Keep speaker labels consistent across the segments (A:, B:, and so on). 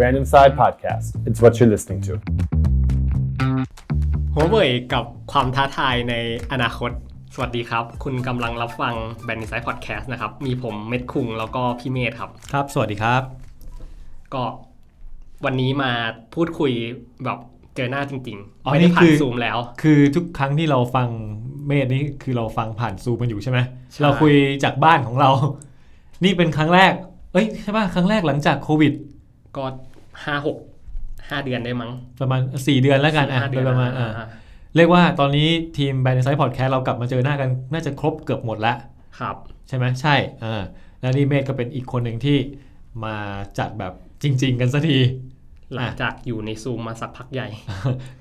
A: Random Side Podcast. It's what you're listening to.
B: หัวเว่ยกับความท้าทายในอนาคต สวัสดีครับ คุณกำลังรับฟังแบนด์ไซด์พอดแคสต์นะครับ มีผมเม็ดคุงแล้วก็พี่เมธครับ
C: ครับ สวัสดีครับ
B: ก็วันนี้มาพูดคุยแบบเจอหน้าจริงๆ
C: อ๋อ
B: ไม่ได้ผ่า
C: นี่
B: น
C: คือ
B: ซูมแล้ว
C: คือทุกครั้งที่เราฟังเมธนี่คือเราฟังผ่านซูมกันอยู่ใช่ไหม
B: ใช่
C: เราคุยจากบ้านของเรา นี่เป็นครั้งแรก เอ้ยใช่ป่ะ ครั้งแรกหลังจากโควิด
B: ก็ห้าหกห้าเดือนได้มั้ง
C: ประมาณ 4 เดือนแล้วกันอ่ะ
B: ห้า
C: โดยประมาณอ่ะ
B: อ่า
C: เรียกว่าตอนนี้ทีมแบรนด์ไซต์พอดแคสต์เรากลับมาเจอหน้ากัน น่าจะครบเกือบหมดละ
B: ครับ
C: ใช่ไหมใช่ อ่า แล้วนี่เมธก็เป็นอีกคนหนึ่งที่มาจัดแบบจริง ๆ กันสักที
B: หลังจากอยู่ในซูมมาสักพักใหญ่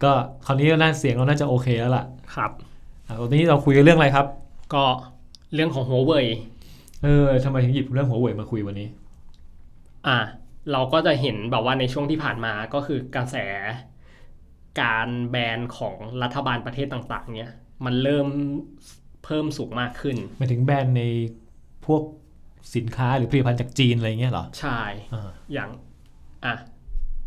C: ก็คราวนี้น่าเสียงเราน่าจะโอเคแล้วล่ะ
B: ครับ
C: อ่ะตอนนี้เราคุยกันเรื่องอะไรครับ
B: ก็เรื่องของหัวเว่ย
C: เออทำไมถึงหยิบเรื่องหัวเว่ยมาคุยวันนี้
B: อ่ะเราก็จะเห็นแบบว่าในช่วงที่ผ่านมาก็คือกระแส การแบนของรัฐบาลประเทศต่างๆ เนี่ย มันเริ่มเพิ่มสูงมากขึ้น
C: หมายถึงแบรนด์ในพวกสินค้าหรือผลิตภัณฑ์จากจีนอะไรเงี้ยเหรอ
B: ใช่
C: อ่า
B: อย่างอ่ะ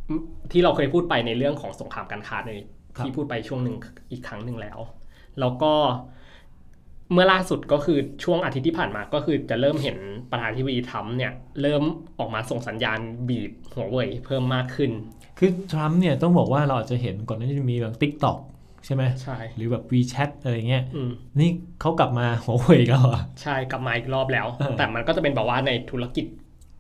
B: อืมที่เราเคยพูดไปในเรื่องของสงครามการค้าเลย
C: ครับ
B: ที่พูดไปช่วงหนึ่งอีกครั้งหนึ่งแล้ว แล้วก็เมื่อล่าสุดก็คือช่วงอาทิตย์ที่ผ่านมาก็คือจะเริ่มเห็นประธานาธิบดีทรัมป์เนี่ย เริ่มออกมาส่งสัญญาณบีบหัวเว่ยเพิ่มมากขึ้น
C: คือทรัมป์เนี่ยต้องบอกว่าเราอาจจะเห็นก่อนหนั้านจะมีแบบทิกตอกใช่ไหม
B: ใช่
C: หรือแบบ WeChat อะไรเงี้ย
B: อืม
C: นี่เขากลับมาหัวเว่ยแล้วเหรอ
B: ใช่กลับมาอีกรอบแล้ว
C: เออ
B: แต่มันก็จะเป็นแบบว่าในธุรกิจ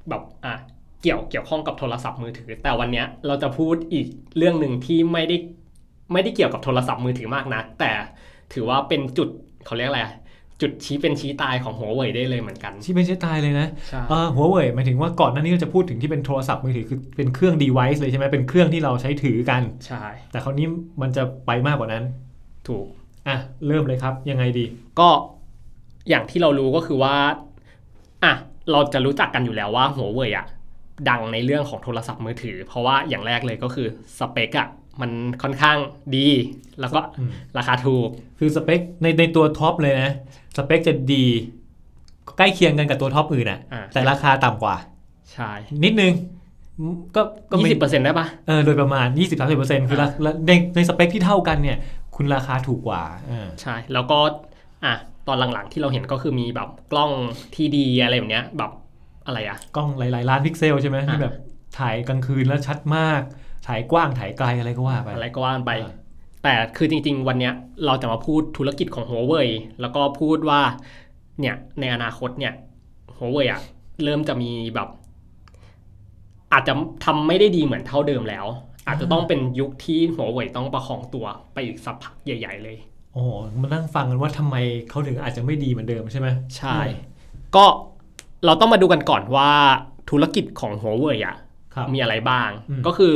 B: แบบอ่ะเกี่ยวเกี่ยวข้องกับโทรศัพท์มือถือ แต่วันเนี้ยเราจะพูดอีกเรื่องหนึ่งที่ไม่ได้ไม่ได้เกี่ยวกับโทรศัพท์มือถือมากนะแต่ถือว่าเป็นจุดเขาเรียกอะไรอะจุดชี้เป็นชี้ตายของหัวเว่ยได้เลยเหมือนกัน
C: ที่ไม่ใช่ตายเลยนะ
B: ใช่
C: เออหัวเว่ยหมายถึงว่าก่อนหน้านี้เราจะพูดถึงที่เป็นโทรศัพท์มือถือคือเป็นเครื่อง device เลยใช่ไหมเป็นเครื่องที่เราใช้ถือกัน
B: ใช่
C: แต่คราวนี้มันจะไปมากกว่านั้น
B: ถูก
C: อ่ะเริ่มเลยครับยังไงดี
B: ก็อย่างที่เรารู้ก็คือว่าอ่ะเราจะรู้จักกันอยู่แล้วว่าหัวเว่ยอ่ะดังในเรื่องของโทรศัพท์มือถือ เพราะว่าอย่างแรกเลยก็คือสเปคอ่ะมันค่อนข้างดี แล้วก็
C: อืม
B: ราคาถูก
C: คือสเปคในในตัวท็อปเลยนะสเปคจะดีใกล้เคียงกันกับตัวท็อปอื่นอ่ะ
B: อ่ะ
C: แต่ราคาต่ำกว่า
B: ใช่
C: นิดนึงก็ก็
B: ยี่
C: ไม่
B: สิบเปอร์เซ็นต์ได้ปะ
C: เออโดยประมาณ 20-30%คือละละในในสเปคที่เท่ากันเนี่ย คุณราคาถูกกว่าเออ
B: ใช่ แล้วก็อ่ะตอนหลังๆที่เราเห็นก็คือมีแบบกล้องที่ดีอะไรแบบเนี้ยแบบอะไรอ่ะ
C: กล้องหลายๆล้านพิกเซลใช่ไหมที่แบบถ่ายกลางคืนแล้วชัดมาก ถ่ายกว้างถ่ายไกลอะไรก็ว่าไป
B: อะไรก็ว่ากันไป
C: อ่า
B: แต่คือจริงๆ วันเนี้ยเราจะมาพูดธุรกิจของหัวเว่ยแล้วก็พูดว่าเนี่ยในอนาคตเนี่ยหัวเว่ยอะเริ่มจะมีแบบ อาจจะทำไม่ได้ดีเหมือนเท่าเดิมแล้ว อาจจะต้องเป็นยุคที่หัวเว่ยต้องประคองตัวไปอีกสักพักใหญ่ ๆ เลย
C: โอ้โหมานั่งฟังกันว่าทำไมเขาถึงอาจจะไม่ดีเหมือนเดิมใช่ไหม
B: ใช่ ก็เราต้องมาดูกันก่อนว่าธุรกิจของหัวเว่ยอะ
C: ครับ
B: มีอะไรบ้าง
C: อืม
B: ก็คือ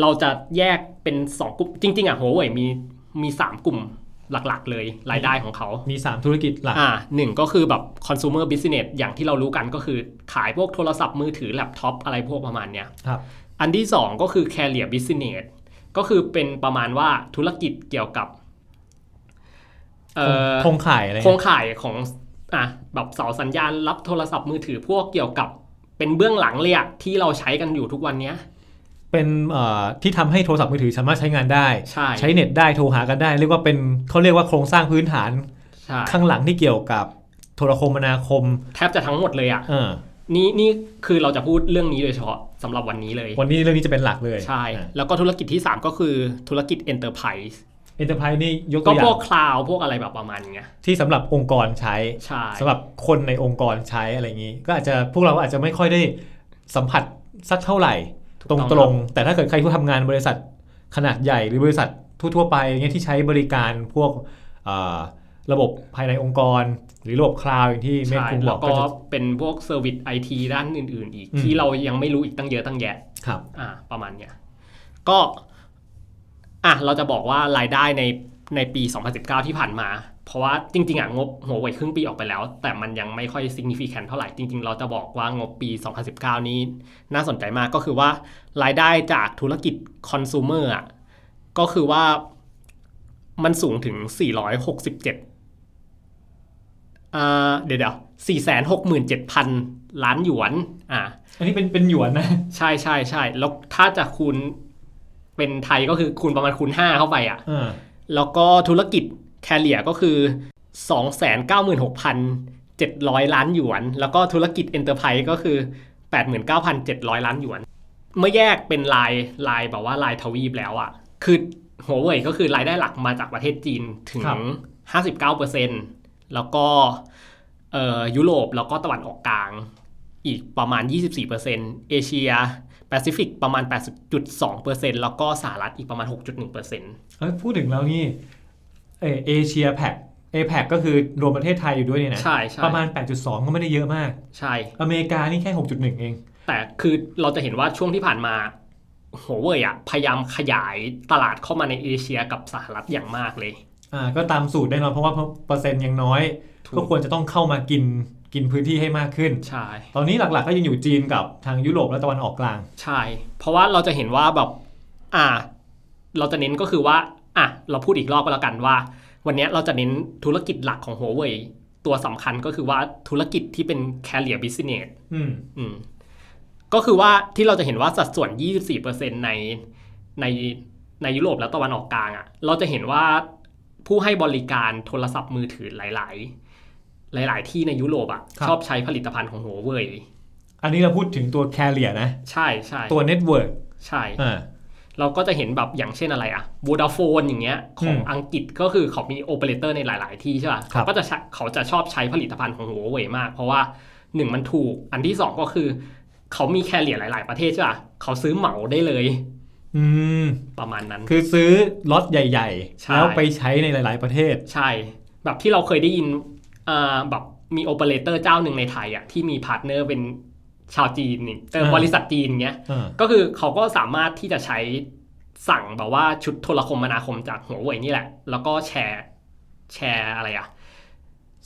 B: เราจะแยกเป็น 2 กลุ่ม จริง ๆ อ่ะหัวเว่ยมีมี 3 กลุ่มหลักๆ เลยรายได้ของเขา
C: มี 3 ธุรกิจหลัก
B: อ่าหนึ่งก็คือแบบ consumer business อย่างที่เรารู้กันก็คือขายพวกโทรศัพท์มือถือแล็ปท็อปอะไรพวกประมาณเนี้ย
C: ครับ
B: อันที่ 2 ก็คือ career business ก็คือเป็นประมาณว่าธุรกิจเกี่ยวกับเอ่อ
C: คงขายอะไร
B: โครงข่ายของอ่ะแบบเสาสัญญาณรับโทรศัพท์มือถือพวกเกี่ยวกับเป็นเบื้องหลังเลยอะที่เราใช้กันอยู่ทุกวันเนี้ย
C: เป็นเอ่อที่ทำให้โทรศัพท์มือถือสามารถใช้งานได้
B: ใช่
C: ใช้เน็ตได้โทรหากันได้ เรียกว่าเป็นเขาเรียกว่าโครงสร้างพื้นฐาน
B: ใช่
C: ข้างหลังที่เกี่ยวกับโทรคมนาคม
B: แทบจะทั้งหมดเลยอะ
C: เออ
B: นี่นี่คือเราจะพูดเรื่องนี้โดยเฉพาะสำหรับวันนี้เลย
C: วันนี้เรื่องนี้จะเป็นหลักเลย
B: ใช่ แล้วก็ธุรกิจที่ 3 ก็คือธุรกิจ enterprise
C: เอ็นเตอร์ไพรส์นี่ยกตั
B: ก็
C: วอย่า
B: พว
C: ง
B: กคลาวพวกอะไรแบบประมาณเนี้ย
C: ที่สำหรับองค์กรใช้
B: ใช่
C: สำหรับคนในองค์กรใช้อะไรอย่างนี้ ก็อาจจะพวกเราอาจจะไม่ค่อยได้สัมผัสสักเท่าไหร่ ตรงๆ แต่ถ้าเกิดใครที่ทำงานบริษัทขนาดใหญ่หรือบริษัททั่วๆไปอย่างเงี้ยที่ใช้บริการพวกเอ่อระบบภายในองค์กร หรือระบบคลาวด์อย่างที่เมฆ
B: ใช่
C: คุณบ
B: แล้
C: อ
B: ว
C: ก
B: ก็
C: ก็จะ
B: เป็นพวกเซอร์วิสไอทีด้านอื่น ๆ อีก
C: อืม
B: ที่เรายังไม่รู้อีกตั้งเยอะตั้งแยะ
C: ครับ
B: อ่าประมาณเนี้ยก็อ่ะเราจะบอกว่ารายได้ในในปี 2019 ที่ผ่านมา เพราะว่าจริง ๆ อ่ะ งบหัวเว่ยครึ่งปีออกไปแล้ว แต่มันยังไม่ค่อย significant เท่าไหร่ จริง ๆ เราจะบอกว่างบปี 2019 นี้น่าสนใจมากก็คือว่ารายได้จากธุรกิจคอน sumer อ่ะก็คือว่ามันสูงถึง 467อ่าเดี๋ยวเดี๋ยว 467,000 ล้านหยวนอ่า
C: อันนี้เป็นเป็นหยวนนะ
B: ใช่ใช่ใช่แล้วถ้าจะคูณเป็นไทยก็คือคูณประมาณคูณ 5 เข้าไปอ่ะ
C: อ่า
B: แล้วก็ธุรกิจแคเลียก็คือ 296,700 ล้านหยวน แล้วก็ธุรกิจเอ็นเตอร์ไพรส์ก็คือ 89,700 ล้านหยวน เมื่อแยกเป็นรายรายแบบว่ารายทวีปแล้วอ่ะ คือหัวเว่ยก็คือรายได้หลักมาจากประเทศจีนถึง 59%แล้วก็เอ่อยุโรปแล้วก็ตะวันออกกลาง อีกประมาณ 24%เอเชียแปซิฟิกประมาณ 8.2%แล้วก็สหรัฐอีกประมาณ 6.1%
C: เอ้ยพูดถึงแล้วนี่เอเอเชียแพคเอแพคก็คือรวมประเทศไทยอยู่ด้วยเนี่ยนะ
B: ใช่ใช่
C: ประมาณ 8.2 ก็ไม่ได้เยอะมาก
B: ใช่
C: อเมริกานี่แค่ 6.1 เอง
B: แต่คือเราจะเห็นว่าช่วงที่ผ่านมาหัวเว่ยอะพยายามขยายตลาดเข้ามาในเอเชียกับสหรัฐอย่างมากเลย
C: อ่าก็ตามสูตรแน่นอนเพราะว่าเปอร์เซ็นต์ยังน้อย
B: ถูก
C: ก็ควรจะต้องเข้ามากินกินพื้นที่ให้มากขึ้น
B: ใช่
C: ตอนนี้หลักๆก็ยังอยู่จีนกับทางยุโรปและตะวันออกกลาง
B: ใช่ เพราะว่าเราจะเห็นว่าแบบอ่า เราจะเน้นก็คือว่าอ่ะเราพูดอีกรอบก็แล้วกันว่า วันเนี้ยเราจะเน้นธุรกิจหลักของหัวเว่ยตัวสำคัญก็คือว่าธุรกิจที่เป็น carrier business
C: อืม
B: อืมก็คือว่าที่เราจะเห็นว่าสัดส่วน 24%ในในในยุโรปและตะวันออกกลางอะ่ะ เราจะเห็นว่าผู้ให้บริการโทรศัพท์มือถือหลาย ๆ หลาย ๆ ที่ในยุโรปอะ่ะชอบใช้ผลิตภัณฑ์ของหัวเว่ย
C: อันนี้เราพูดถึงตัวแคเรียนะ
B: ใช่ใช่
C: ตัวเน็ตเวิร์ก
B: ใช่
C: อ่า
B: เราก็จะเห็นแบบอย่างเช่นอะไรอะวูดาโฟนอย่างเงี้ยของ
C: อืม
B: อังกฤษก็คือเขามีโอเปอเรเตอร์ในหลาย ๆ ที่ใช่ป่ะ
C: ครับ
B: เขาก็จะใช้เขาจะชอบใช้ผลิตภัณฑ์ของหัวเว่ยมาก เพราะว่าหนึ่งมันถูก อันที่สองก็คือ เขามีแคเรียหลาย ๆ ประเทศใช่ป่ะเขาซื้อเหมาได้เลย
C: อืม
B: ประมาณนั้น
C: คือซื้อล็อตใหญ่
B: ใช่
C: ๆ แล้วไปใช้ในหลาย ๆ ประเทศ
B: ใช่ แบบที่เราเคยได้ยินเอ่อแบบมีโอเปอเรเตอร์เจ้าหนึ่งในไทยอะที่มีพาร์ทเนอร์เป็นชาวจีนนี่เอ่อ
C: อ่า
B: บริษัทจีนเงี้ย
C: อ่า
B: ก็คือเขาก็สามารถที่จะใช้สั่งแบบว่าชุดโทรคมนาคมจากหัวเว่ยนี่แหละ แล้วก็แชร์แชร์อะไรอ่ะ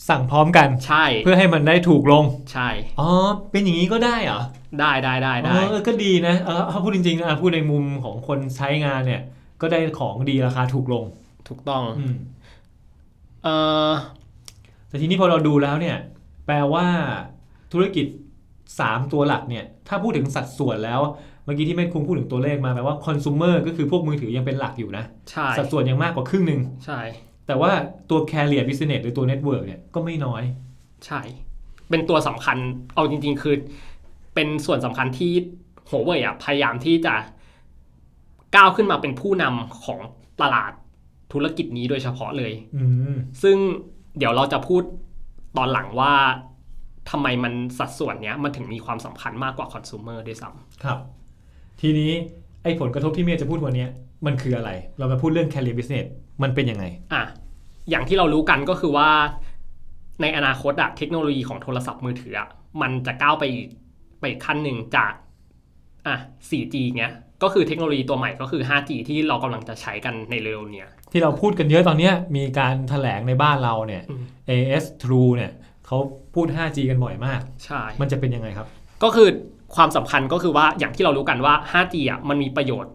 C: สั่งพร้อมกัน
B: ใช่
C: เพื่อให้มันได้ถูกลง
B: ใช่
C: อ๋อ เป็นอย่างนี้ก็ได้เหรอ
B: ได้ได้ได้
C: อ๋
B: ได้
C: อเออก็ดีนะ เออเอาพูดจริงๆอ่ะพูดในมุมของคนใช้งานเนี่ย ก็ได้ของดีราคาถูกลง
B: ถูกต้อง
C: อืม
B: เออ
C: แต่ทีนี้พอเราดูแล้วเนี่ย แปลว่าธุรกิจ 3 ตัวหลักเนี่ย ถ้าพูดถึงสัดส่วนแล้ว เมื่อกี้ที่แม่คุงพูดถึงตัวเลขมาแปลว่าคอน sumer ก็คือพวกมือถือยังเป็นหลักอยู่นะ
B: ใช่
C: สัดส่วนยังมากกว่าครึ่งหนึ่ง
B: ใช่
C: แต่ว่าตัว carrier business หรือตัว network เนี่ยก็ไม่น้อย
B: ใช่ เป็นตัวสำคัญเอาจริง ๆ คือ เป็นส่วนสำคัญที่หัวเว่ยอ่ะพยายามที่จะก้าวขึ้นมาเป็นผู้นำของตลาดธุรกิจนี้โดยเฉพาะเลย
C: อืม
B: ซึ่งเดี๋ยวเราจะพูดตอนหลังว่าทำไมมันสัดส่วนเนี้ยมันถึงมีความสำคัญมากกว่าคอน sumer ด้วยซ้
C: ครับ ทีนี้ไอ้ผลกระทบที่เมียจะพูดวันเนี้ยมันคืออะไร เรามาพูดเรื่อง carrier business มันเป็นยังไง
B: ำอ่ะอย่างที่เรารู้กันก็คือว่า ในอนาคตอะเทคโนโลยีของโทรศัพท์มือถืออะมันจะก้าวไปอีกไปอีกขั้นหนึ่งจากอ่ะ 4G เนี้ยก็คือเทคโนโลยีตัวใหม่ก็คือ 5G ที่เรากำลังจะใช้กันในเร็วๆเนี้ย
C: ที่เราพูดกันเยอะตอนเนี้ยมีการถแถลงในบ้านเราเนี่ย
B: อืม
C: AS True เนี่ยเขาพูด 5G กันบ่อยมาก
B: ใช่
C: มันจะเป็นยังไงครับ
B: ก็คือความสำคัญก็คือว่าอย่างที่เรารู้กันว่า 5G อ่ะมันมีประโยชน์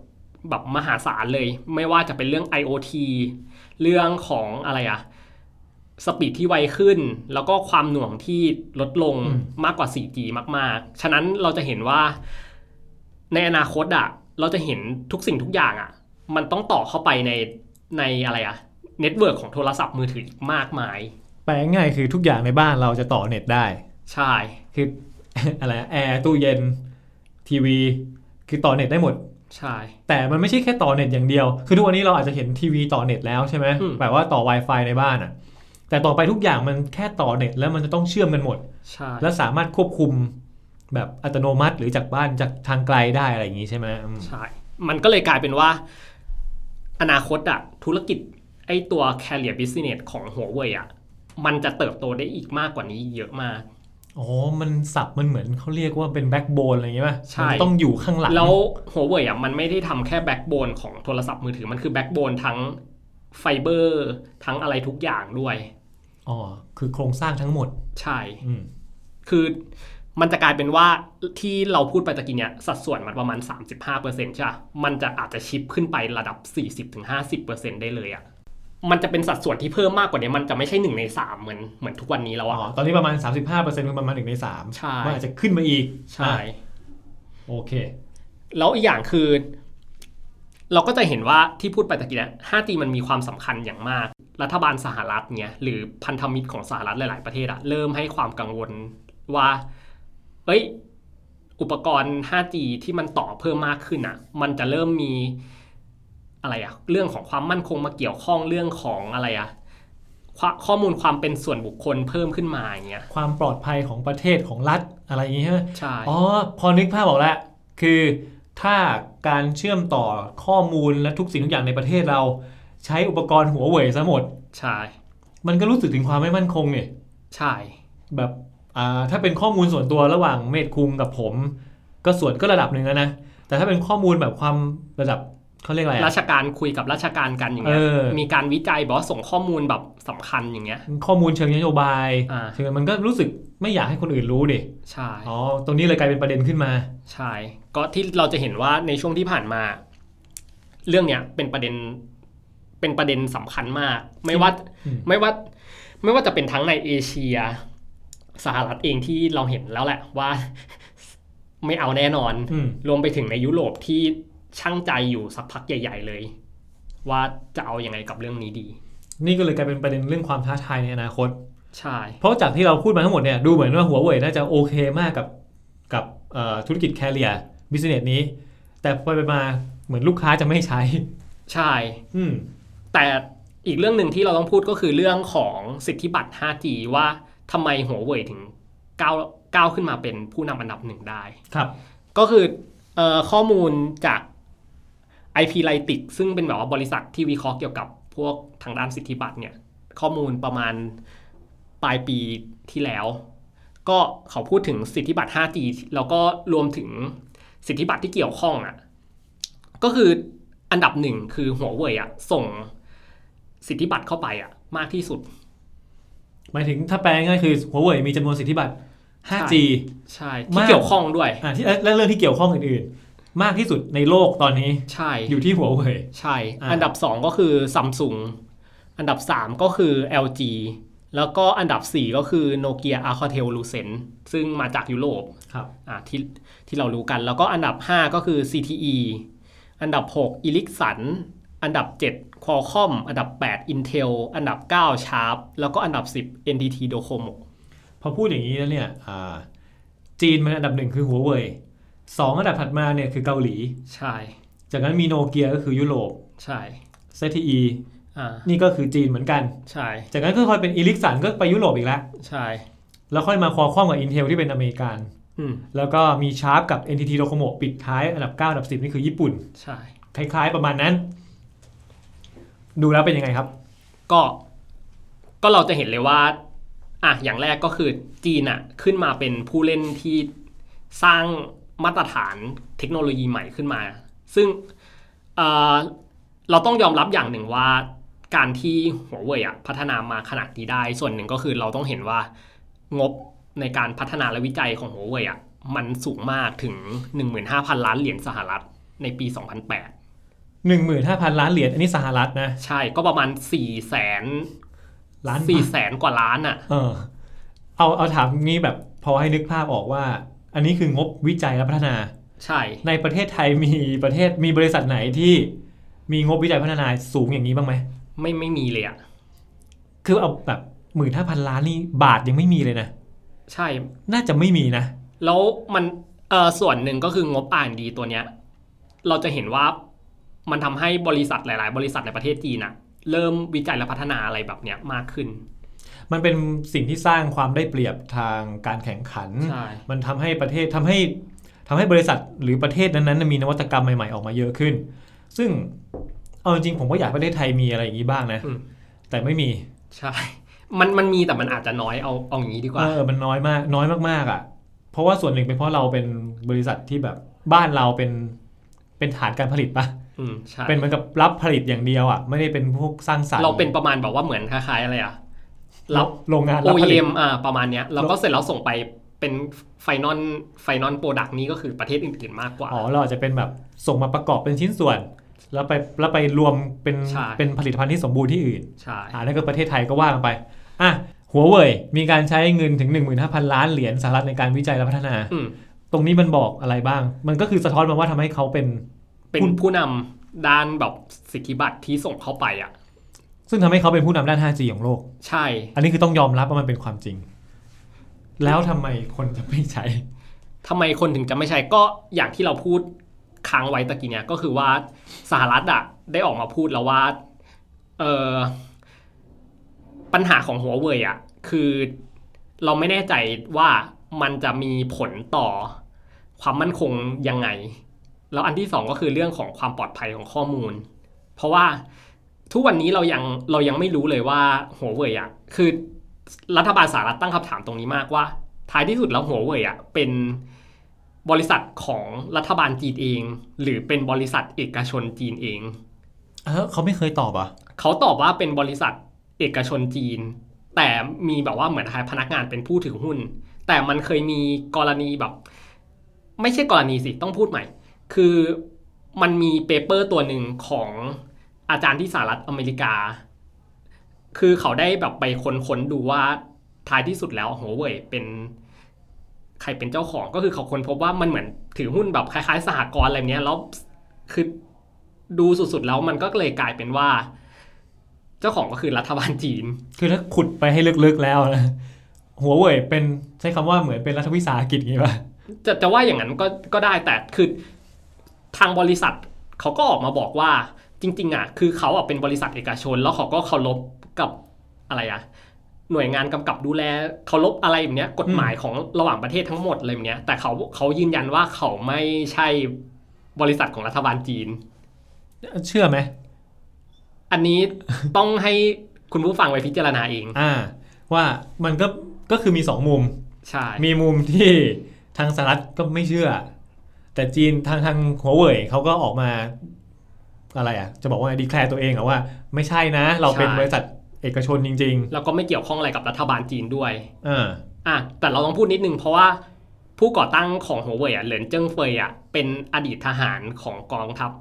B: แบบมหาศาลเลย ไม่ว่าจะเป็นเรื่อง IoT เรื่องของอะไรอ่ะสปีดที่ไวขึ้น แล้วก็ความหน่วงที่ลดลง
C: อืม
B: มากกว่า 4G มาก ๆ ฉะนั้นเราจะเห็นว่าในอนาคตอ่ะเราจะเห็นทุกสิ่งทุกอย่างอ่ะ มันต้องต่อเข้าไปในในอะไรอ่ะเน็ตเวิร์กของโทรศัพท์มือถืออีกมากมาย
C: แปลง่ายๆคือทุกอย่างในบ้านเราจะต่อเน็ตได้
B: ใช่
C: คือ อะไรนะแอร์ตู้เย็นทีวี คือต่อเน็ตได้หมด
B: ใช่
C: แต่มันไม่ใช่แค่ต่อเน็ตอย่างเดียว คือทุกวันนี้เราอาจจะเห็นทีวีต่อเน็ตแล้วใช่ไหม
B: อืม
C: แบบว่าต่อ Wi-Fi ในบ้านอ่ะ แต่ต่อไปทุกอย่างมันแค่ต่อเน็ตแล้วมันจะต้องเชื่อมกันหมด
B: ใช่
C: แล้วสามารถควบคุมแบบอัตโนมัติหรือจากบ้านจากทางไกลได้อะไรอย่างนี้ใช่ไหมอืม
B: ใช่ มันก็เลยกลายเป็นว่า อนาคตอะธุรกิจไอตัว carrier business ของหัวเว่ยอะมันจะเติบโตได้อีกมากกว่านี้เยอะมาก
C: อ๋อ มันสับมันเหมือนเขาเรียกว่าเป็นแบ็กโบนอะไรอย่างเงี้ยป่ะ
B: ใช่
C: มันต้องอยู่ข้างหลัง
B: แล้วหัวเว่ยอะมันไม่ได้ทำแค่แบ็กโบนของโทรศัพท์มือถือ มันคือแบ็กโบนทั้งไฟเบอร์ ทั้งอะไรทุกอย่างด้วย
C: อ๋อคือโครงสร้างทั้งหมด
B: ใช่
C: อืม
B: คือมันจะกลายเป็นว่าที่เราพูดไปตะกี้เนี่ยสัดส่วนมันประมาณ 35%ใช่ปะมันจะอาจจะชิปขึ้นไประดับ 40-50%ได้เลยอะ มันจะเป็นสัดส่วนที่เพิ่มมากกว่านี้มันจะไม่ใช่หนึ่งในสามเหมือนเหมือนทุกวันนี้แล้ว
C: อ๋อ
B: อะ
C: ตอนนี้ประมาณ 35%คือประมาณหนึ่งในสาม
B: ใช่
C: มันอาจจะขึ้นมาอีก
B: ใช่
C: อ่ะโอเค
B: แล้วอีกอย่างคือ เราก็จะเห็นว่าที่พูดไปตะกี้เนะ 5G มันมีความสำคัญอย่างมาก รัฐบาลสหรัฐเนี่ยหรือพันธมิตรของสหรัฐหลาย ๆ ประเทศอะเริ่มให้ความกังวลว่า เอ้ย อุปกรณ์ 5G ที่มันต่อเพิ่มมากขึ้นอะมันจะเริ่มมีอะไรอะเรื่องของความมั่นคงมาเกี่ยวข้องเรื่องของอะไรอะข้อข้อมูลความเป็นส่วนบุคคลเพิ่มขึ้นมาอย่างเงี้ย
C: ความปลอดภัยของประเทศของรัฐอะไรอย่างงี้ใช่ไหม
B: ใช่
C: อ๋อ พอนึกภาพออกแล้ว คือถ้าการเชื่อมต่อข้อมูลและทุกสิ่งทุกอย่างในประเทศเรา ใช้อุปกรณ์หัวเว่ยซะหมด
B: ใช่
C: มันก็รู้สึกถึงความไม่มั่นคงเนี่ย
B: ใช่
C: แบบอ่าถ้าเป็นข้อมูลส่วนตัวระหว่างเมธคุงกับผม ก็ส่วนก็ระดับหนึ่งแล้วนะ แต่ถ้าเป็นข้อมูลแบบความระดับเขาเรียกอะไรอะ
B: ราชการคุยกับราชการกันอย่างเงี้ย
C: เออ
B: มีการวิจัยบอกว่าส่งข้อมูลแบบสำคัญอย่างเงี้ย
C: ข้อมูลเชิงนโยบาย
B: อ่า
C: เชิงมันก็รู้สึกไม่อยากให้คนอื่นรู้ดิ
B: ใช่
C: อ๋อ ตรงนี้เลยกลายเป็นประเด็นขึ้นมา
B: ใช่ก็ที่เราจะเห็นว่าในช่วงที่ผ่านมา เรื่องเนี้ยเป็นประเด็นเป็นประเด็นสำคัญมาก ไม่ว่า
C: อืม
B: ไม่ว่าไม่ว่าจะเป็นทั้งในเอเชีย สหรัฐเองที่เราเห็นแล้วแหละว่า ไม่เอาแน่นอน
C: อืม
B: รวมไปถึงในยุโรปที่ช่างใจอยู่สักพักใหญ่ ๆ เลย ว่าจะเอาอยัางไงกับเรื่องนี้ดี
C: นี่ก็เลยกลายเป็นประเด็นเรื่องความท้าทายในอนาคต
B: ใช่
C: เพราะจากที่เราพูดมาทั้งหมดเนี่ยดูเหมือนว่าหัวเว่ยน่าจะโอเคมากกับกับเอ่อธุรกิจแคเรียบิสเนสนี้ แต่ไปไปมาเหมือนลูกค้าจะไม่ใช้
B: ใช่
C: อืม
B: แต่อีกเรื่องหนึ่งที่เราต้องพูดก็คือเรื่องของสิทธิบัตร 5G ว่าทำไมหัวเว่ยถึงก้าวก้าวขึ้นมาเป็นผู้นำอันดับหนึ่งได้
C: ครับ
B: ก็คือเอ่อข้อมูลจาก IP l i t i c ซึ่งเป็นแบบว่าบริษัทที่วิเคราะห์เกี่ยวกับพวกทางด้านสิทธิบัตรเนี่ย ข้อมูลประมาณปลายปีที่แล้ว ก็เขาพูดถึงสิทธิบัตร 5G แล้วก็รวมถึงสิทธิบัตรที่เกี่ยวข้องอะ่ะก็คืออันดับหนึ่งคือหัวเว่ยอ่ะส่งสิทธิบัตรเข้าไปอ่ะมากที่สุด
C: หมายถึงถ้าแปลง่ายๆคือหัวเว่ยมีจำนวนสิทธิบัตร 5G
B: ใช่ที่
C: มาก
B: เกี่ยวข้องด้วย
C: อ่าที่และและเรื่องที่เกี่ยวข้องอื่นๆ มากที่สุดในโลกตอนนี้
B: ใช่
C: อยู่ที่หัวเว่ย
B: ใช่
C: อ่า
B: อันดับ 2 ก็คือ Samsung อันดับ 3 ก็คือ LG แล้วก็อันดับ 4 ก็คือ Nokia a r c o t e l Lucent ซึ่งมาจากยุโรป
C: ครับ
B: อ่าที่ที่เรารู้กัน แล้วก็อันดับ 5 ก็คือ CTE อันดับ 6 Ericsson อันดับ 7 Qualcomm อันดับ 8 Intel อันดับ 9 Sharp แล้วก็อันดับ 10 NTT Docomo
C: พอพูดอย่างนี้แล้วเนี่ยอ่าจีนมันอันดับหนึ่งคือหัวเว่ยสองอันดับถัดมาเนี่ยคือเกาหลี
B: ใช่
C: จากนั้นมีโนเกียก็คือยุโรป
B: ใช่
C: ZTE
B: อ่า
C: นี่ก็คือจีนเหมือนกัน
B: ใช่
C: จากนั้นก็ค่อยเป็นอีลิกสันก็ไปยุโรปอีกแล้ว
B: ใช่
C: แล้วค่อยมาคอคอมกับ Intel ที่เป็นอเมริกัน
B: อืม
C: แล้วก็มีชาร์ปกับ NTT Docomo ปิดท้ายอันดับ 9 อันดับ 10 นี่คือญี่ปุ่น
B: ใช่
C: คล้ายๆประมาณนั้น ดูแล้วเป็นยังไงครับ
B: ก็ก็เราจะเห็นเลยว่าอ่ะอย่างแรกก็คือจีนอ่ะขึ้นมาเป็นผู้เล่นที่สร้างมาตรฐานเทคโนโลยีใหม่ขึ้นมา ซึ่งเอ่อเราต้องยอมรับอย่างหนึ่งว่าการที่หัวเว่ยอ่ะพัฒนามาขนาดนี้ได้ ส่วนหนึ่งก็คือเราต้องเห็นว่างบในการพัฒนาและวิจัยของหัวเว่ยอ่ะมันสูงมากถึง 15,000 ล้านเหรียญสหรัฐในปี 2008
C: 15,000 ล้านเหรียญ อันนี้สหรัฐนะ
B: ใช่ก็ประมาณ4ี่แสน
C: ล้านบาท
B: สี่แสนกว่าล้านอ่ะ
C: เออ เอาเอาถามนี้แบบพอให้นึกภาพออกว่า อันนี้คืองบวิจัยและพัฒนา
B: ใช่
C: ในประเทศไทยมีประเทศมีบริษัทไหนที่มีงบวิจัยพัฒนาสูงอย่างนี้บ้างไหม
B: ไม่ไม่มีเลยอ่ะ
C: คือเอาแบบหมื่นห้าพันล้านนี่บาทยังไม่มีเลยนะ
B: ใช่
C: น่าจะไม่มีนะ
B: แล้วมันเออส่วนหนึ่งก็คืองบอ่านดีตัวเนี้ย เราจะเห็นว่ามันทำให้บริษัทหลาย ๆ บริษัทในประเทศจีนอ่ะ เริ่มวิจัยและพัฒนาอะไรแบบเนี้ยมากขึ้น
C: มันเป็นสิ่งที่สร้างความได้เปรียบทางการแข่งขัน
B: ใช่
C: มันทำให้ประเทศทำให้ทำให้บริษัทหรือประเทศนั้นๆน่ะมีนวัตกรรมใหม่ๆออกมาเยอะขึ้น ซึ่งเอาจริงๆผมก็อยากให้ประเทศไทยมีอะไรอย่างนี้บ้างนะ
B: อืม
C: แต่ไม่มี
B: ใช่ มันมันมีแต่มันอาจจะน้อยเอาเอาอย่างนี้ดีกว่า
C: เออมันน้อยมาก น้อยมากๆอ่ะ เพราะว่าส่วนหนึ่งเป็นเพราะเราเป็นบริษัทที่แบบบ้านเราเป็นเป็นฐานการผลิตปะ
B: อืมใช่
C: เป็นเหมือนกับรับผลิตอย่างเดียวอ่ะไม่ได้เป็นพวกสร้างสรรค์
B: เราเป็นประมาณแบบว่าเหมือนคล้าย ๆ อะไรอ่ะรับ
C: โรงงานรับผลิต
B: OEM อ่าประมาณเนี้ยแล้วก็เสร็จแล้วส่งไปเป็นไฟนอลไฟนอลโปรดักต์นี้ก็คือประเทศอื่นๆมากกว่า
C: อ๋อเราอาจจะเป็นแบบส่งมาประกอบเป็นชิ้นส่วน แล้วไปแล้วไปรวมเป็น
B: ใช่
C: เป็นผลิตภัณฑ์ที่สมบูรณ์ที่อื่น
B: ใช่
C: อ่าถ้าเกิดประเทศไทยก็ว่ากันไป อ่ะ หัวเว่ยมีการใช้เงินถึง 15,000 ล้านเหรียญสหรัฐในการวิจัยและพัฒนา
B: อืม
C: ตรงนี้มันบอกอะไรบ้าง มันก็คือสะท้อนมาว่าทำให้เขาเป็น
B: เป็นผู้นำด้านแบบสิทธิบัตรที่ส่งเข้าไปอ่ะ
C: ซึ่งทำให้เขาเป็นผู้นำด้าน 5G ของโลก
B: ใช่
C: อันนี้คือต้องยอมรับว่ามันเป็นความจริง แล้วทำไมคนจะไม่ใช้
B: ทำไมคนถึงจะไม่ใช้ก็อย่างที่เราพูดค้างไว้ตะกี้เนี่ยก็คือว่าสหรัฐอะได้ออกมาพูดแล้วว่าเออปัญหาของหัวเว่ยอะคือเราไม่แน่ใจว่ามันจะมีผลต่อความมั่นคงยังไง แล้วอันที่สองก็คือเรื่องของความปลอดภัยของข้อมูล เพราะว่าทุกวันนี้เรายังเรายังไม่รู้เลยว่าหัวเว่ยอะคือ รัฐบาลสหรัฐตั้งคำถามตรงนี้มากว่า ท้ายที่สุดแล้วหัวเว่ยอ่ะเป็นบริษัทของรัฐบาลจีนเอง หรือเป็นบริษัทเอกชนจีนเอง
C: เออเขาไม่เคยตอบอ่ะ
B: เขาตอบว่าเป็นบริษัทเอกชนจีน แต่มีแบบว่าเหมือนพนักงานเป็นผู้ถือหุ้น แต่มันเคยมีกรณีแบบ ไม่ใช่กรณีสิต้องพูดใหม่ คือมันมีเปเปอร์ตัวหนึ่งของอาจารย์ที่สหรัฐอเมริกา คือเขาได้แบบไปค้นค้นดูว่าท้ายที่สุดแล้วหัวเว่ยเป็นใครเป็นเจ้าของก็คือเขาค้นพบว่ามันเหมือนถือหุ้นแบบคล้ายๆ สหกรณ์อะไรเนี้ยแล้วคือดูสุดๆแล้วมันก็เลยกลายเป็นว่า เจ้าของก็คือรัฐบาลจีน
C: คือถ้าขุดไปให้ลึกๆแล้วนะ หัวเว่ยเป็นใช้คำว่าเหมือนเป็นรัฐวิสาหกิจอย่างงี้ป่ะ
B: จะจะว่าอย่างนั้นก็ก็ได้แต่คือทางบริษัทเขาก็ออกมาบอกว่าจริง ๆอ่ะคือเขาอ่ะเป็นบริษัทเอกชน แล้วเขาก็เคารพกับอะไรอ่ะหน่วยงานกำกับดูแลเคารพอะไรแบบเนี้ยกฎหมายของระหว่างประเทศทั้งหมดอะไรแบบเนี้ยแต่เขาเขายืนยันว่าเขาไม่ใช่บริษัทของรัฐบาลจีน
C: เชื่อไหม
B: อันนี้ ต้องให้คุณผู้ฟังไปพิจารณาเอง
C: อ่า ว่ามันก็ ก็คือมีสองมุม
B: ใช่
C: มีมุมที่ทางสหรัฐก็ไม่เชื่อ แต่จีนทางทางหัวเว่ยเขาก็ออกมาอะไรอ่ะ จะบอกว่าดีแคลร์ตัวเองเหรอว่า ไม่ใช่นะ เราเป็นบริษัทเอกชนจริง
B: แล้วก็ไม่เกี่ยวข้องอะไรกับรัฐบาลจีนด้วย
C: ๆ อ่า
B: อ่ะแต่เราต้องพูดนิดนึงเพราะว่าผู้ก่อตั้งของหัวเว่ยอ่ะเหรินเจิ้งเฟยอ่ะเป็นอดีตทหารของกองทัพ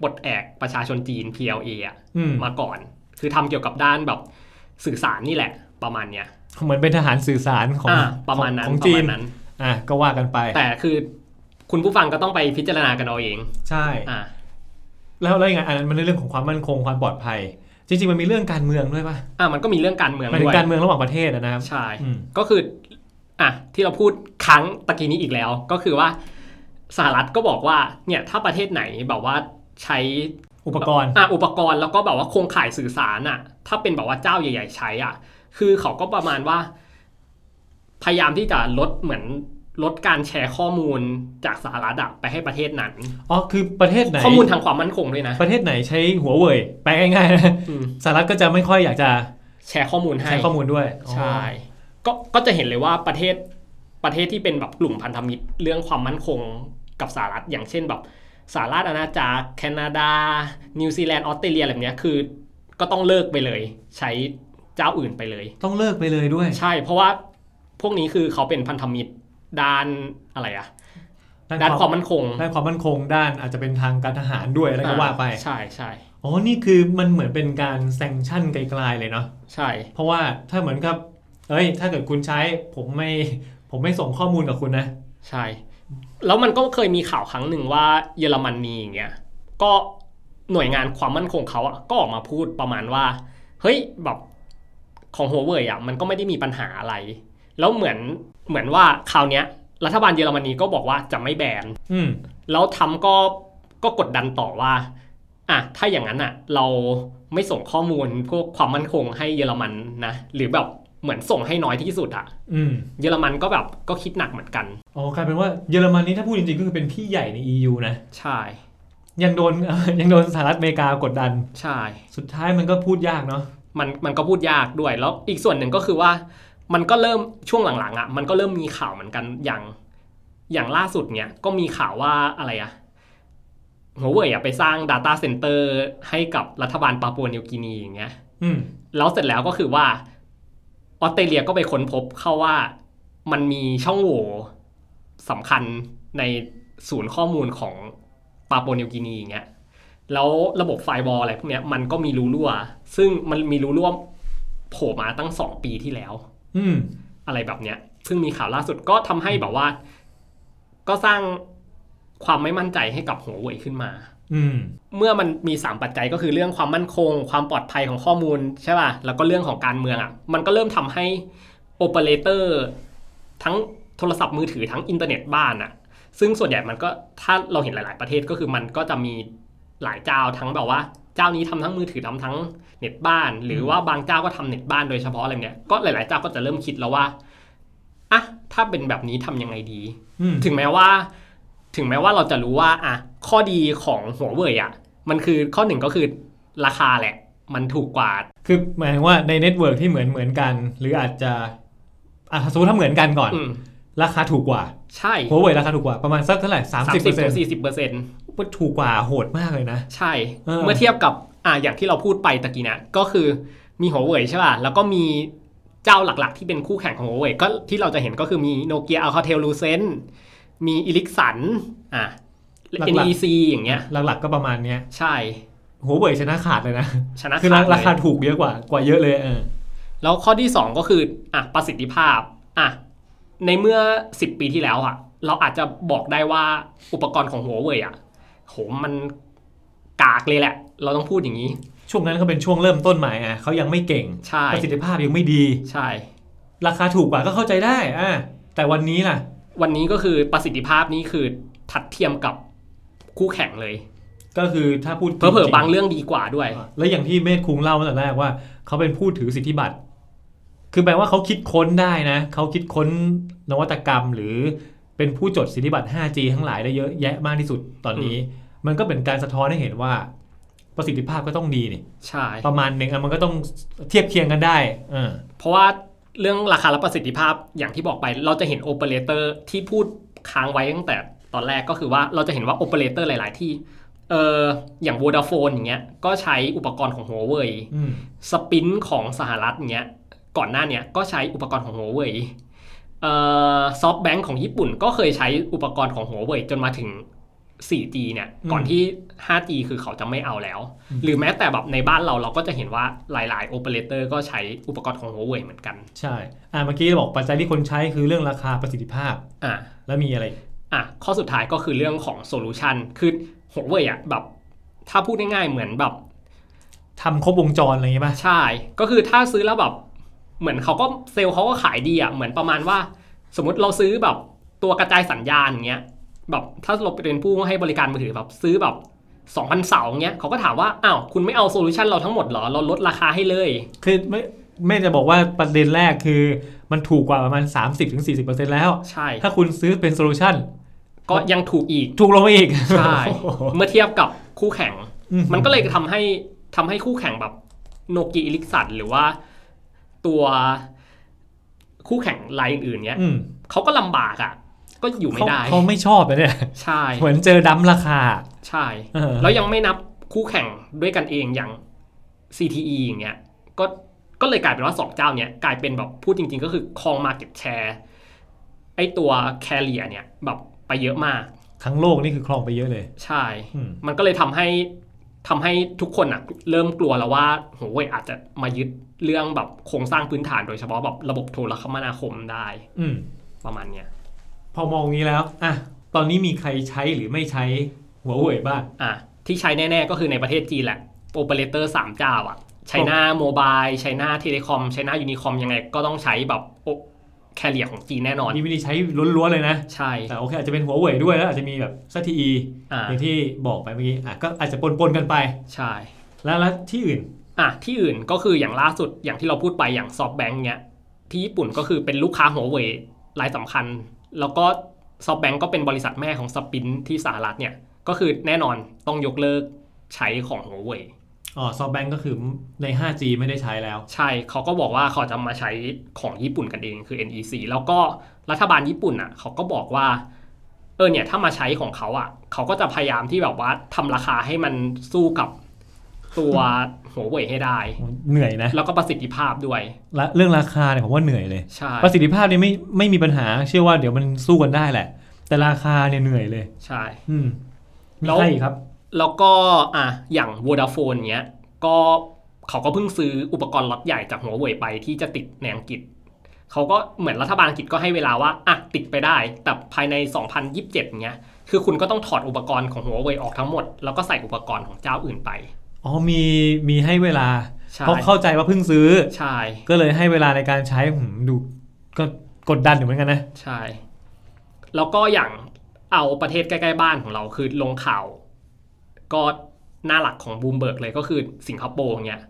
B: ปลดแอกประชาชนจีน PLA อ่ะ
C: อืม
B: มาก่อน คือทำเกี่ยวกับด้านแบบสื่อสารนี่แหละ ประมาณเนี้ย
C: เหมือนเป็นทหารสื่อสารของ
B: อ่ะประมาณนั้น
C: ของ
B: ประ
C: จี
B: มาน ณนั้น
C: อ่ะก็ว่ากันไป
B: แต่คือคุณผู้ฟังก็ต้องไปพิจารณากันเอาเอง
C: ใช่
B: อ่ะ
C: แล้วแล้วยังไงอันนั้นมันเป็นเรื่องของความมั่นคงความปลอดภัย จริง ๆ มันมีเรื่องการเมืองด้วยป่ะ
B: อ่ะมันก็มีเรื่องการเมือง
C: หมันถึ
B: ด้
C: ง
B: วย
C: การเมืองระหว่างประเทศอะนะครับ
B: ใช่
C: อืม
B: ก็คืออ่ะที่เราพูดครั้งตะกี้นี้อีกแล้ว ก็คือว่าสหรัฐก็บอกว่าเนี่ยถ้าประเทศไหนแบบว่าใช้
C: อุปกรณ์
B: อ่ะอุปกรณ์แล้วก็แบบว่าโครงข่ายสื่อสารอ่ะ ถ้าเป็นแบบว่าเจ้าใหญ่ๆใช้อ่ะ คือเขาก็ประมาณว่า พยายามที่จะลดเหมือนลดการแชร์ข้อมูลจากสหรัฐอะไปให้ประเทศนั้น
C: อ๋อ คือประเทศไหน
B: ข้อมูลทางความมั่นคงด้วยนะ
C: ประเทศไหนใช้หัวเว่ยแปลง่ายๆนะ
B: อืม
C: สหรัฐก็จะไม่ค่อยอยากจะ
B: แชร์ข้อมูลให้
C: ใช้ข้อมูลด้วย
B: ใช่ก็ก็จะเห็นเลยว่าประเทศประเทศที่เป็นแบบกลุ่มพันธมิตรเรื่องความมั่นคงกับสหรัฐอย่างเช่นแบบสหรัฐอาณาจักรแคนาดา นิวซีแลนด์ออสเตรเลียอะไรแบบเนี้ยคือ ก็ต้องเลิกไปเลย ใช้เจ้าอื่นไปเลย
C: ต้องเลิกไปเลยด้วย
B: ใช่ เพราะว่าพวกนี้คือเขาเป็นพันธมิตรด้านอะไรอะด้านความมั่นคง
C: ด้านความมั่นคงด้านอาจจะเป็นทางการทหารด้วยอะไรก็ว่าไป
B: ใช่ใช่
C: อ๋อนี่คือมันเหมือนเป็นการแซงชั่นไกลๆเลยเนาะ
B: ใช่
C: เพราะว่าถ้าเหมือนกับเอ้ย ถ้าเกิดคุณใช้ผมไม่ผมไม่ส่งข้อมูลกับคุณนะ
B: ใช่ แล้วมันก็เคยมีข่าวครั้งหนึ่งว่าเยอรมนีอย่างเงี้ยก็หน่วยงานความมั่นคงเขาอะก็ออกมาพูดประมาณว่า เฮ้ยแบบของหัวเว่ยอะมันก็ไม่ได้มีปัญหาอะไร แล้วเหมือนเหมือนว่าคราวเนี้ย รัฐบาลเยอรมนีก็บอกว่าจะไม่แบน
C: อืม
B: แล้วทำก็ก็กดดันต่อว่าอ่ะถ้าอย่างนั้นอ่ะ เราไม่ส่งข้อมูลพวกความมั่นคงให้เยอรมันนะหรือแบบเหมือนส่งให้น้อยที่สุดอ่ะ
C: อืม
B: เยอรมันก็แบบก็คิดหนักเหมือนกัน
C: อ๋อกลายเป็นว่าเยอรมันนี่ถ้าพูดจริงๆก็คือเป็นพี่ใหญ่ใน EU นะ
B: ใช่
C: ยังโดน ยังโดนสหรัฐอเมริกากดดัน
B: ใช่
C: สุดท้ายมันก็พูดยากเนาะ
B: มันมันก็พูดยากด้วยแล้วอีกส่วนหนึ่งก็คือว่า มันก็เริ่มช่วงหลังๆอ่ะมันก็เริ่มมีข่าวเหมือนกันอย่างอย่างล่าสุดเนี่ยก็มีข่าวว่าอะไรอ่ะหัวเว่ยอ่ะไปสร้าง Data Center ให้กับรัฐบาลปาปัวนิวกินีอย่างเงี้ย
C: อืม
B: แล้วเสร็จแล้วก็คือว่าออสเตรเลียก็ไปค้นพบเข้าว่ามันมีช่องโหว่สำคัญในศูนย์ข้อมูลของปาโปวนิวกินีอย่างเงี้ย แล้วระบบไฟวอลอะไรพวกเนี้ยมันก็มีรูรั่ว ซึ่งมันมีรูรั่วโผล่มาตั้ง 2 ปีที่แล้ว
C: อืม
B: อะไรแบบเนี้ยเพิ่งมีข่าวล่าสุดก็ทำให้แบบว่า ก็สร้างความไม่มั่นใจให้กับหัวเว่ยขึ้นมา
C: อืม
B: เมื่อมันมี 3 ปัจจัยก็คือเรื่องความมั่นคง ความปลอดภัยของข้อมูลใช่ป่ะ แล้วก็เรื่องของการเมืองอ่ะ มันก็เริ่มทำให้โอเปอเรเตอร์ทั้งโทรศัพท์มือถือทั้งอินเทอร์เน็ตบ้านอ่ะ ซึ่งส่วนใหญ่มันก็ถ้าเราเห็นหลาย ๆ ประเทศก็คือมันก็จะมีหลายเจ้าทั้งแบบว่า เจ้านี้ทำทั้งมือถือทำทั้งเน็ตบ้าน หรือว่าบางเจ้าก็ทำเน็ตบ้านโดยเฉพาะอะไรเนี่ยก็หลาย ๆ เจ้าก็จะเริ่มคิดแล้วว่าอ่ะถ้าเป็นแบบนี้ทำยังไงดี
C: อืม
B: ถึงแม้ว่า ถึงแม้ว่าเราจะรู้ว่า อ่ะ ข้อดีของหัวเว่ยอ่ะ มันคือข้อหนึ่งก็คือราคาแหละ มันถูกกว่า
C: คือหมายถึงว่าในเน็ตเวิร์กที่เหมือนเหมือนกัน หรืออาจจะอ่ะสมมติถ้าเหมือนกันก่อน
B: อืม
C: ราคาถูกกว่า
B: ใช่
C: หัวเว่ยราคาถูกกว่าประมาณสักเท่าไหร่สาม
B: สาม
C: สิบเป
B: สิ
C: อบ ร์เซ็นต์
B: สี่สิบเปอร์เซ็นต์
C: ถูกกว่าโหดมากเลยนะ
B: ใช่
C: เออ
B: เมื่อเทียบกับ อ่ะ อย่างที่เราพูดไปตะกี้นะก็คือมีหัวเว่ยใช่ป่ะ แล้วก็มีเจ้าหลักๆ ที่เป็นคู่แข่งของหัวเว่ยก็ที่เราจะเห็นก็คือมีโนเกียอัลคาเทลลูเซนมีอิลิกสันอ่ะ NEC อย่างเงี้ย
C: หลักๆก็ประมาณเนี้ย
B: ใช่
C: หัวเว่ยชนะขาดเลยนะ
B: ชนะ
C: คือ
B: ขดเลย
C: ราคาถูกเยอะกว่ากว่าเยอะเลยเออ
B: แล้วข้อที่ 2 ก็คืออ่ะประสิทธิภาพอ่ะในเมื่อ 10 ปีที่แล้วอ่ะ เราอาจจะบอกได้ว่าอุปกรณ์ของหัวเว่ยอ่ะโหมันกากเลยแหละ เราต้องพูดอย่างนี้
C: ช่วงนั้นเขาเป็นช่วงเริ่มต้นใหม่อ่ะเขายังไม่เก่ง
B: ใช่
C: ประสิทธิภาพยังไม่ดี
B: ใช่
C: ราคาถูกกว่าก็เข้าใจได้อ่ะแต่วันนี้ล่ะ
B: วันนี้ก็คือประสิทธิภาพนี้คือทัดเทียมกับคู่แข่งเลย
C: ก็คือถ้าพูด
B: เผลอๆบาง
C: จริ
B: เรื่องดีกว่าด้วย
C: ๆแล้วอย่างที่เมธคุงเล่าตั้งแต่แรกว่าเขาเป็นผู้ถือสิทธิบัตร คือแปลว่าเขาคิดค้นได้นะเขาคิดค้นนวัตกรรมหรือเป็นผู้จดสิทธิบัตร 5G ทั้งหลายได้เยอะแยะมากที่สุดตอนนี้ มันก็เป็นการสะท้อนให้เห็นว่า ประสิทธิภาพก็ต้องดีนี่
B: ใช่
C: ประมาณหนึ่งอ่ะมันก็ต้องเทียบเคียงกันได้เออ
B: เพราะว่าเรื่องราคาและประสิทธิภาพอย่างที่บอกไป เราจะเห็นโอเปอเรเตอร์ที่พูดค้างไว้ตั้งแต่ตอนแรกก็คือว่าเราจะเห็นว่าโอเปอเรเตอร์หลาย ๆ ที่เอออย่าง Vodafone อย่างเงี้ยก็ใช้อุปกรณ์ของ Huawei
C: อืม
B: สปินของสหรัฐอย่างเงี้ยก่อนหน้าเนี้ยก็ใช้อุปกรณ์ของ Huawei เอ่อซอฟแบงของญี่ปุ่นก็เคยใช้อุปกรณ์ของ Huawei จนมาถึง 4G เนี่ย
C: อืม
B: ก่อนที่ 5G คือเขาจะไม่เอาแล้ว หรือแม้แต่แบบในบ้านเราเราก็จะเห็นว่าหลายๆโอเปอเรเตอร์ก็ใช้อุปกรณ์ของ Huawei เหมือนกัน
C: ใช่ อ่าเมื่อกี้บอกปัจจัยที่คนใช้คือเรื่องราคาประสิทธิภาพ
B: อ่ะ
C: แล้วมีอะไรอีก
B: อ่ะข้อสุดท้ายก็คือเรื่องของโซลูชันคือหัวเว่ยอ่ะแบบถ้าพูดง่ายๆเหมือนแบบ
C: ทำครบวงจรอะไรอย่างเงี้ยป่ะ
B: ใช่ ก็คือถ้าซื้อแล้วแบบเหมือนเขาก็เซลล์เขาก็ขายดีอ่ะเหมือนประมาณว่า สมมติเราซื้อแบบตัวกระจายสัญญาณอย่างเงี้ยแบบถ้าเราเป็นผู้ให้บริการมือถือแบบซื้อแบบ2,000เสาอย่างเงี้ยเขาก็ถามว่าอ้าวคุณไม่เอาโซลูชันเราทั้งหมดเหรอเราลดราคาให้เลย
C: คือไม่ไม่จะบอกว่าประเด็นแรกคือ มันถูกกว่าประมาณ 30-40%แล้ว
B: ใช่
C: ถ้าคุณซื้อเป็นโซลูชัน
B: ก็ยังถูกอีก
C: ถูกลงไปอีก
B: ใช่ เมื่อเทียบกับคู่แข่ง
C: อื
B: มันก็เลยทำให้ทำให้คู่แข่งแบบโนกีอิลิกสันหรือว่าตัวคู่แข่งรายอื่นๆเนี้ย
C: อืม
B: เขาก็ลำบากอ่ะ ก็อยู่ไม่ได้
C: เขาเขาไม่ชอบนะเนี่ย
B: ใช่
C: เหมือนเจอดั้มราคา
B: ใช่
C: เออ
B: แล้วยังไม่นับคู่แข่งด้วยกันเองอย่าง CTE อย่างเงี้ยก็ก็เลยกลายเป็นว่าสองเจ้าเนี้ยกลายเป็นแบบพูดจริง ๆ ก็คือครองมาเก็ตแชร์ไอตัวแคเรียเนี่ยแบบไปเยอะมาก
C: ทั้งโลกนี่คือครองไปเยอะเลย
B: ใช่
C: อืม
B: มันก็เลยทำให้ทำให้ทุกคนอะเริ่มกลัวแล้วว่าโหยอาจจะมายึดเรื่องแบบโครงสร้างพื้นฐานโดยเฉพาะแบบระบบโทรคมนาคมได้
C: อืม
B: ประมาณเนี้ย
C: พอมองอย่างนี้แล้วอ่ะตอนนี้มีใครใช้หรือไม่ใช้หัวเว่ยบ้าง
B: อ่ะ ที่ใช้แน่ ๆ ก็คือในประเทศจีนแหละโอเปอเรเตอร์สามเจ้าอะไชน่าโมบายไชน่าเทเลคอมไชน่ายูนิคอมยังไงก็ต้องใช้แบบแคเรียของจีนแน่นอน
C: นี่ไม่ได้ใช้ล้วนๆเลยนะ
B: ใช่
C: แต่โอเคอาจจะเป็นหัวเว่ยด้วยแล้วอาจจะมีแบบซัทีอี
B: อ่า
C: อย่างที่บอกไปเมื่อกี้อ่ะก็อาจจะปนๆกันไป
B: ใช่
C: แล้วแล้วที่อื่น
B: อ่ะที่อื่นก็คืออย่างล่าสุดอย่างที่เราพูดไปอย่างซอฟแบงค์เนี้ยที่ญี่ปุ่นก็คือเป็นลูกค้าหัวเว่ยรายสำคัญ แล้วก็ซอฟแบงค์ก็เป็นบริษัทแม่ของสปินที่สหรัฐเนี่ยก็คือแน่นอนต้องยกเลิกใช้ของหัวเว่ย
C: อ๋อซอฟแบงก็คือใน 5G ไม่ได้ใช้แล้ว
B: ใช่เขาก็บอกว่าเขาจะมาใช้ของญี่ปุ่นกันเองคือ NEC แล้วก็รัฐบาลญี่ปุ่นอ่ะเขาก็บอกว่าเออเนี่ยถ้ามาใช้ของเขาอ่ะเขาก็จะพยายามที่แบบว่าทำราคาให้มันสู้กับตัวหัวเว่ยให้ได้
C: เหนื่อยนะ
B: แล้วก็ประสิทธิภาพด้วย
C: และเรื่องราคาเนี่ยผมว่าเหนื่อยเลย
B: ใช่
C: ประสิทธิภาพเนี่ยไม่ไม่มีปัญหา เชื่อว่าเดี๋ยวมันสู้กันได้แหละ แต่ราคาเนี่ยเหนื่อยเลย
B: ใช่
C: อืมมี
B: แล้ว
C: ใครอีกครับ
B: แล้วก็อ่ะอย่าง Vodafone เนี้ยก็เขาก็เพิ่งซื้ออุปกรณ์ล็อตใหญ่จากหัวเว่ยไปที่จะติดในอังกฤษ เขาก็เหมือนรัฐบาลอังกฤษก็ให้เวลาว่าอ่ะติดไปได้ แต่ภายใน 2027เนี้ยคือคุณก็ต้องถอดอุปกรณ์ของหัวเว่ยออกทั้งหมด แล้วก็ใส่อุปกรณ์ของเจ้าอื่นไป
C: อ๋อมีมีให้เวลา
B: ใช่
C: เพราะเข้าใจว่าเพิ่งซื้อ
B: ใช่
C: ก็เลยให้เวลาในการใช้ผมดูก็กดดันอยู่เหมือนกันนะ
B: ใช่ แล้วก็อย่างเอาประเทศใกล้ ๆ บ้านของเราคือลงข่าว ก็หน้าหลักของบูมเบิร์กเลยก็คือสิงคโปร์เนี่ย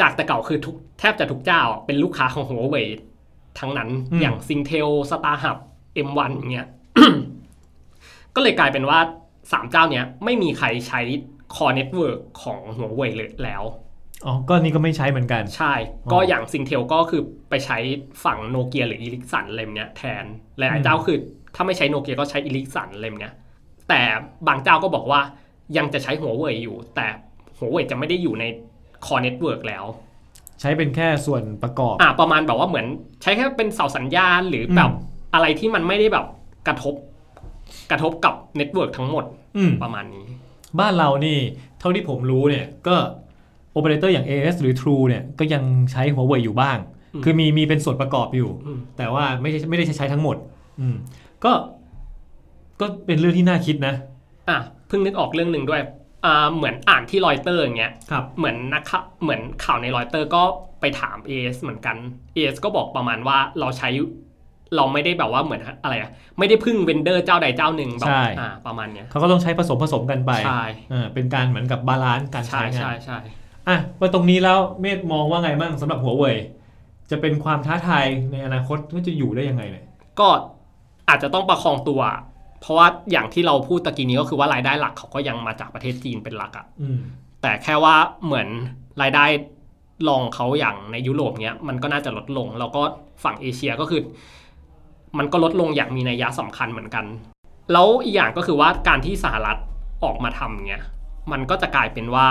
B: จากแต่เก่าคือทุกแทบจะทุกเจ้าเป็นลูกค้าของหัวเว่ยทั้งนั้น
C: อืม
B: อย่างซิงเทลสตาร์หับเอ็มวันเนี่ย ก็เลยกลายเป็นว่าสามเจ้าเนี้ยไม่มีใครใช้คอเน็ตเวิร์กของหัวเว่ยเลยแล้ว
C: อ๋อก็นี่ก็ไม่ใช้เหมือนกัน
B: ใช่ ก็
C: อ๋อ
B: อ
C: อ
B: ย่างซิงเทลก็คือไปใช้ฝั่งโนเกียหรืออีลิกสันอะไรแบบเนี้ยแทน หลายๆเจ้าคือ ถ้าไม่ใช้โนเกียก็ใช้อีลิกสันอะไรแบบเนี้ย แต่บางเจ้าก็บอกว่ายังจะใช้หัวเว่ยอยู่ แต่หัวเว่ยจะไม่ได้อยู่ในคอเน็ตเวิร์กแล้ว
C: ใช้เป็นแค่ส่วนประกอบ
B: อ่าประมาณแบบว่าเหมือนใช้แค่เป็นเสาสัญญาณหรือแบบ
C: อืม
B: อะไรที่มันไม่ได้แบบกระทบ กระทบกับเน็ตเวิร์กทั้งหมด
C: อืม
B: ประมาณนี้
C: บ้านเรานี่เท่าที่ผมรู้เนี่ยก็โอเปอเรเตอร์อย่าง AS หรือ True เนี่ยก็ยังใช้หัวเว่ยอยู่บ้าง
B: อืม
C: คือมีมีเป็นส่วนประกอบอยู่
B: อืม
C: แต่ว่าไม่ใช่ไม่ได้ใช้ทั้งหมด อืมก็ก็เป็นเรื่องที่น่าคิดนะ
B: อ่ะเพิ่งนึกออกเรื่องหนึ่งด้วยอ่าเหมือนอ่านที่รอยเตอร์อย่างเงี้ย
C: ครับ
B: เหมือนนักข่าวเหมือนข่าวในรอยเตอร์ก็ไปถาม AS เหมือนกัน AS ก็บอกประมาณว่าเราใช้เราไม่ได้แบบว่าเหมือนอะไรอะไม่ได้พึ่งเวนเดอร์เจ้าใดเจ้าหนึ่งแบบ
C: ใช่
B: อ่าประมาณเนี้ย
C: เขาก็ต้องใช้ผสมผสมกันไป
B: ใช่
C: อ่าเป็นการเหมือนกับบาลานซ์การ
B: ใช่
C: ใช้งา
B: ใช่
C: น
B: ใช่
C: อ่ะว่าตรงนี้แล้วเมธมองว่าไงบ้างสำหรับหัวเว่ยจะเป็นความท้าทายในอนาคตว่าจะอยู่ได้ยังไงเนี่ย
B: ก็อาจจะต้องประคองตัว เพราะว่าอย่างที่เราพูดตะกี้นี้ก็คือว่ารายได้หลักเขาก็ยังมาจากประเทศจีนเป็นหลักอะ
C: อืม
B: แต่แค่ว่าเหมือนรายได้รองเขาอย่างในยุโรปเนี้ยมันก็น่าจะลดลง แล้วก็ฝั่งเอเชียก็คือ มันก็ลดลงอย่างมีนัยยะสำคัญเหมือนกัน แล้วอีกอย่างก็คือว่าการที่สหรัฐออกมาทำเนี้ยมันก็จะกลายเป็นว่า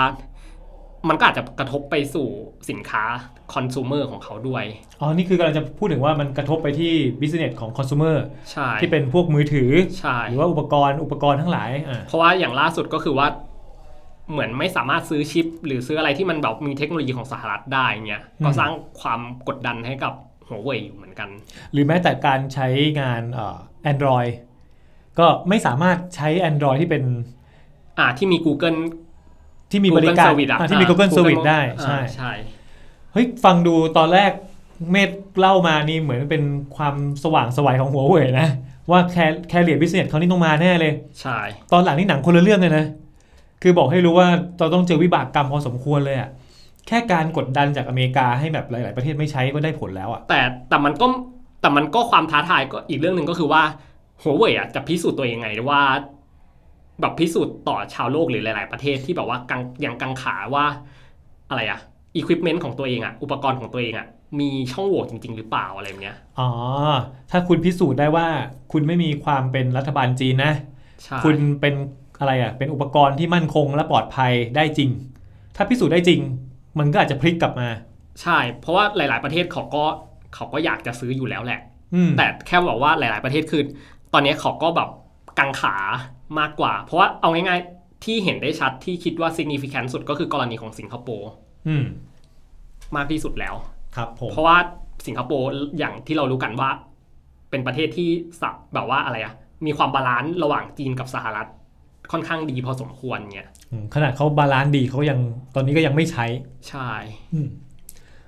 B: มันก็อาจจะกระทบไปสู่สินค้าคอน sumer ของเขาด้วย
C: อ๋อ นี่คือกำลังจะพูดถึงว่ามันกระทบไปที่ business ของ consumer
B: ใช่
C: ที่เป็นพวกมือถือ
B: ใช่
C: หรือว่าอุปกรณ์อุปกรณ์ทั้งหลายอ่า
B: เพราะว่าอย่างล่าสุดก็คือว่าเหมือนไม่สามารถซื้อชิป หรือซื้ออะไรที่มันแบบมีเทคโนโลยีของสหรัฐได้เงี้ยก็สร้างความกดดันให้กับหัวเว่ยอยู่เหมือนกัน
C: หรือแม้แต่การใช้งานเอ่อ Android ก็ไม่สามารถใช้ Android ที่เป็น
B: อ่าที่มี Google
C: ที่มีบ
B: Google
C: ริการ
B: Service อะ
C: อ่าที่มี
B: อ่า
C: Google Service ได้
B: อ่า
C: ใช่
B: ใช่
C: เฮ้ยฟังดูตอนแรกเมธเล่ามานี่เหมือนเป็นความสว่างสวัยของหัวเว่ยนะ ว่าแคร์แคเรียบิสเนสเขานี่ต้องมาแน่เลย
B: ใช่
C: ตอนหลังนี่หนังคนละเรื่องเลยนะ คือบอกให้รู้ว่าเราต้องเจอวิบากกรรมพอสมควรเลยอะแค่การกดดันจากอเมริกาให้แบบหลาย ๆ ประเทศไม่ใช้ก็ได้ผลแล้วอะ
B: แต่แต่มันก็แต่มันก็ความท้าทายก็อีกเรื่องหนึ่งก็คือว่าหัวเว่ยอ่ะจะพิสูจน์ตัวเองไงว่า แบบพิสูจน์ต่อชาวโลกหรือหลาย ๆ ประเทศที่แบบว่ากังยังกังขาว่าอะไรอ่ะอุปกรณ์ของตัวเองอ่ะอุปกรณ์ของตัวเองอ่ะมีช่องโหว่จริง ๆ หรือเปล่าอะไรแบบเนี้ย
C: อ๋อ ถ้าคุณพิสูจน์ได้ว่าคุณไม่มีความเป็นรัฐบาลจีนนะ
B: ใช่
C: คุณเป็นอะไรอะเป็นอุปกรณ์ที่มั่นคงและปลอดภัยได้จริง ถ้าพิสูจน์ได้จริง มันก็อาจจะพลิกกลับมา
B: ใช่ เพราะว่าหลาย ๆ ประเทศเขาก็เขาก็อยากจะซื้ออยู่แล้วแหละ
C: อืม
B: แต่แค่บอกว่าหลาย ๆ ประเทศคือตอนนี้เขาก็แบบกังขามากกว่า เพราะว่าเอาง่าย ๆ ที่เห็นได้ชัดที่คิดว่า significant สุดก็คือกรณีของสิงคโปร์
C: อืม
B: มากที่สุดแล้ว
C: ครับผม
B: เพราะว่าสิงคโปร์อย่างที่เรารู้กันว่า เป็นประเทศที่สับแบบว่าอะไรอะมีความบาลานซ์ระหว่างจีนกับสหรัฐ ค่อนข้างดีพอสมควรเนี่ย
C: อืมขนาดเขาบาลานซ์ดีเขายังตอนนี้ก็ยังไม่ใช้
B: ใช่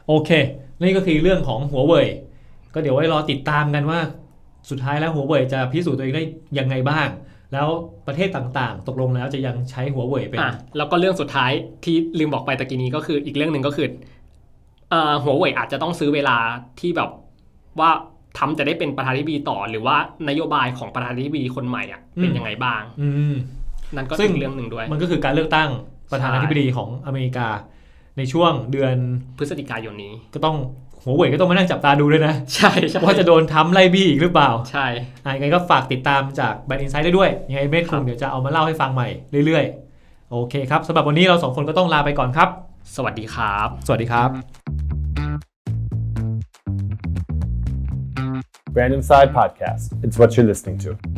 C: โอเค นี่ก็คือเรื่องของหัวเว่ย ก็เดี๋ยวไว้รอติดตามกันว่า สุดท้ายแล้วหัวเว่ยจะพิสูจน์ตัวเองได้ยังไงบ้าง แล้วประเทศต่างๆ ตกลงแล้วจะยังใช้หัวเว่ยเป็น
B: อ่ะแล้วก็เรื่องสุดท้ายที่ลืมบอกไปตะกี้นี้ก็คืออีกเรื่องหนึ่งก็คือเอ่อหัวเว่ยอาจจะต้องซื้อเวลาที่แบบว่าทำจะได้เป็นประธานาธิบดีต่อ หรือว่านโยบายของประธานาธิบดีคนใหม่อ่ะเป็น
C: อืม
B: ยังไงบ้าง
C: อืม
B: นั่นก็
C: ซึ่ง
B: อีกเรื่องหนึ่งด้วย
C: มันก็คือการเลือกตั้งประธานาธิบดีของอเมริกา ในช่วงเดือน
B: พฤศจิกายนนี้
C: ก็ต้องหัวเว่ยก็ต้องมานั่งจับตาดูด้วยนะ
B: ใช่ใช่
C: ว่าจะโดนทำไล่บี้อีกหรือเปล่า
B: ใช่
C: อ่ะยังไงก็ฝากติดตามจากแบนอินไซด์ได้ด้วย ยังไงเมธคงเดี๋ยวจะเอามาเล่าให้ฟังใหม่เรื่อยๆ โอเคครับสำหรับวันนี้เราสองคนก็ต้องลาไปก่อนครับ
B: สวัสดีครับ
C: สวัสดีครับ
A: Brand Inside Podcast. It's what you're listening to.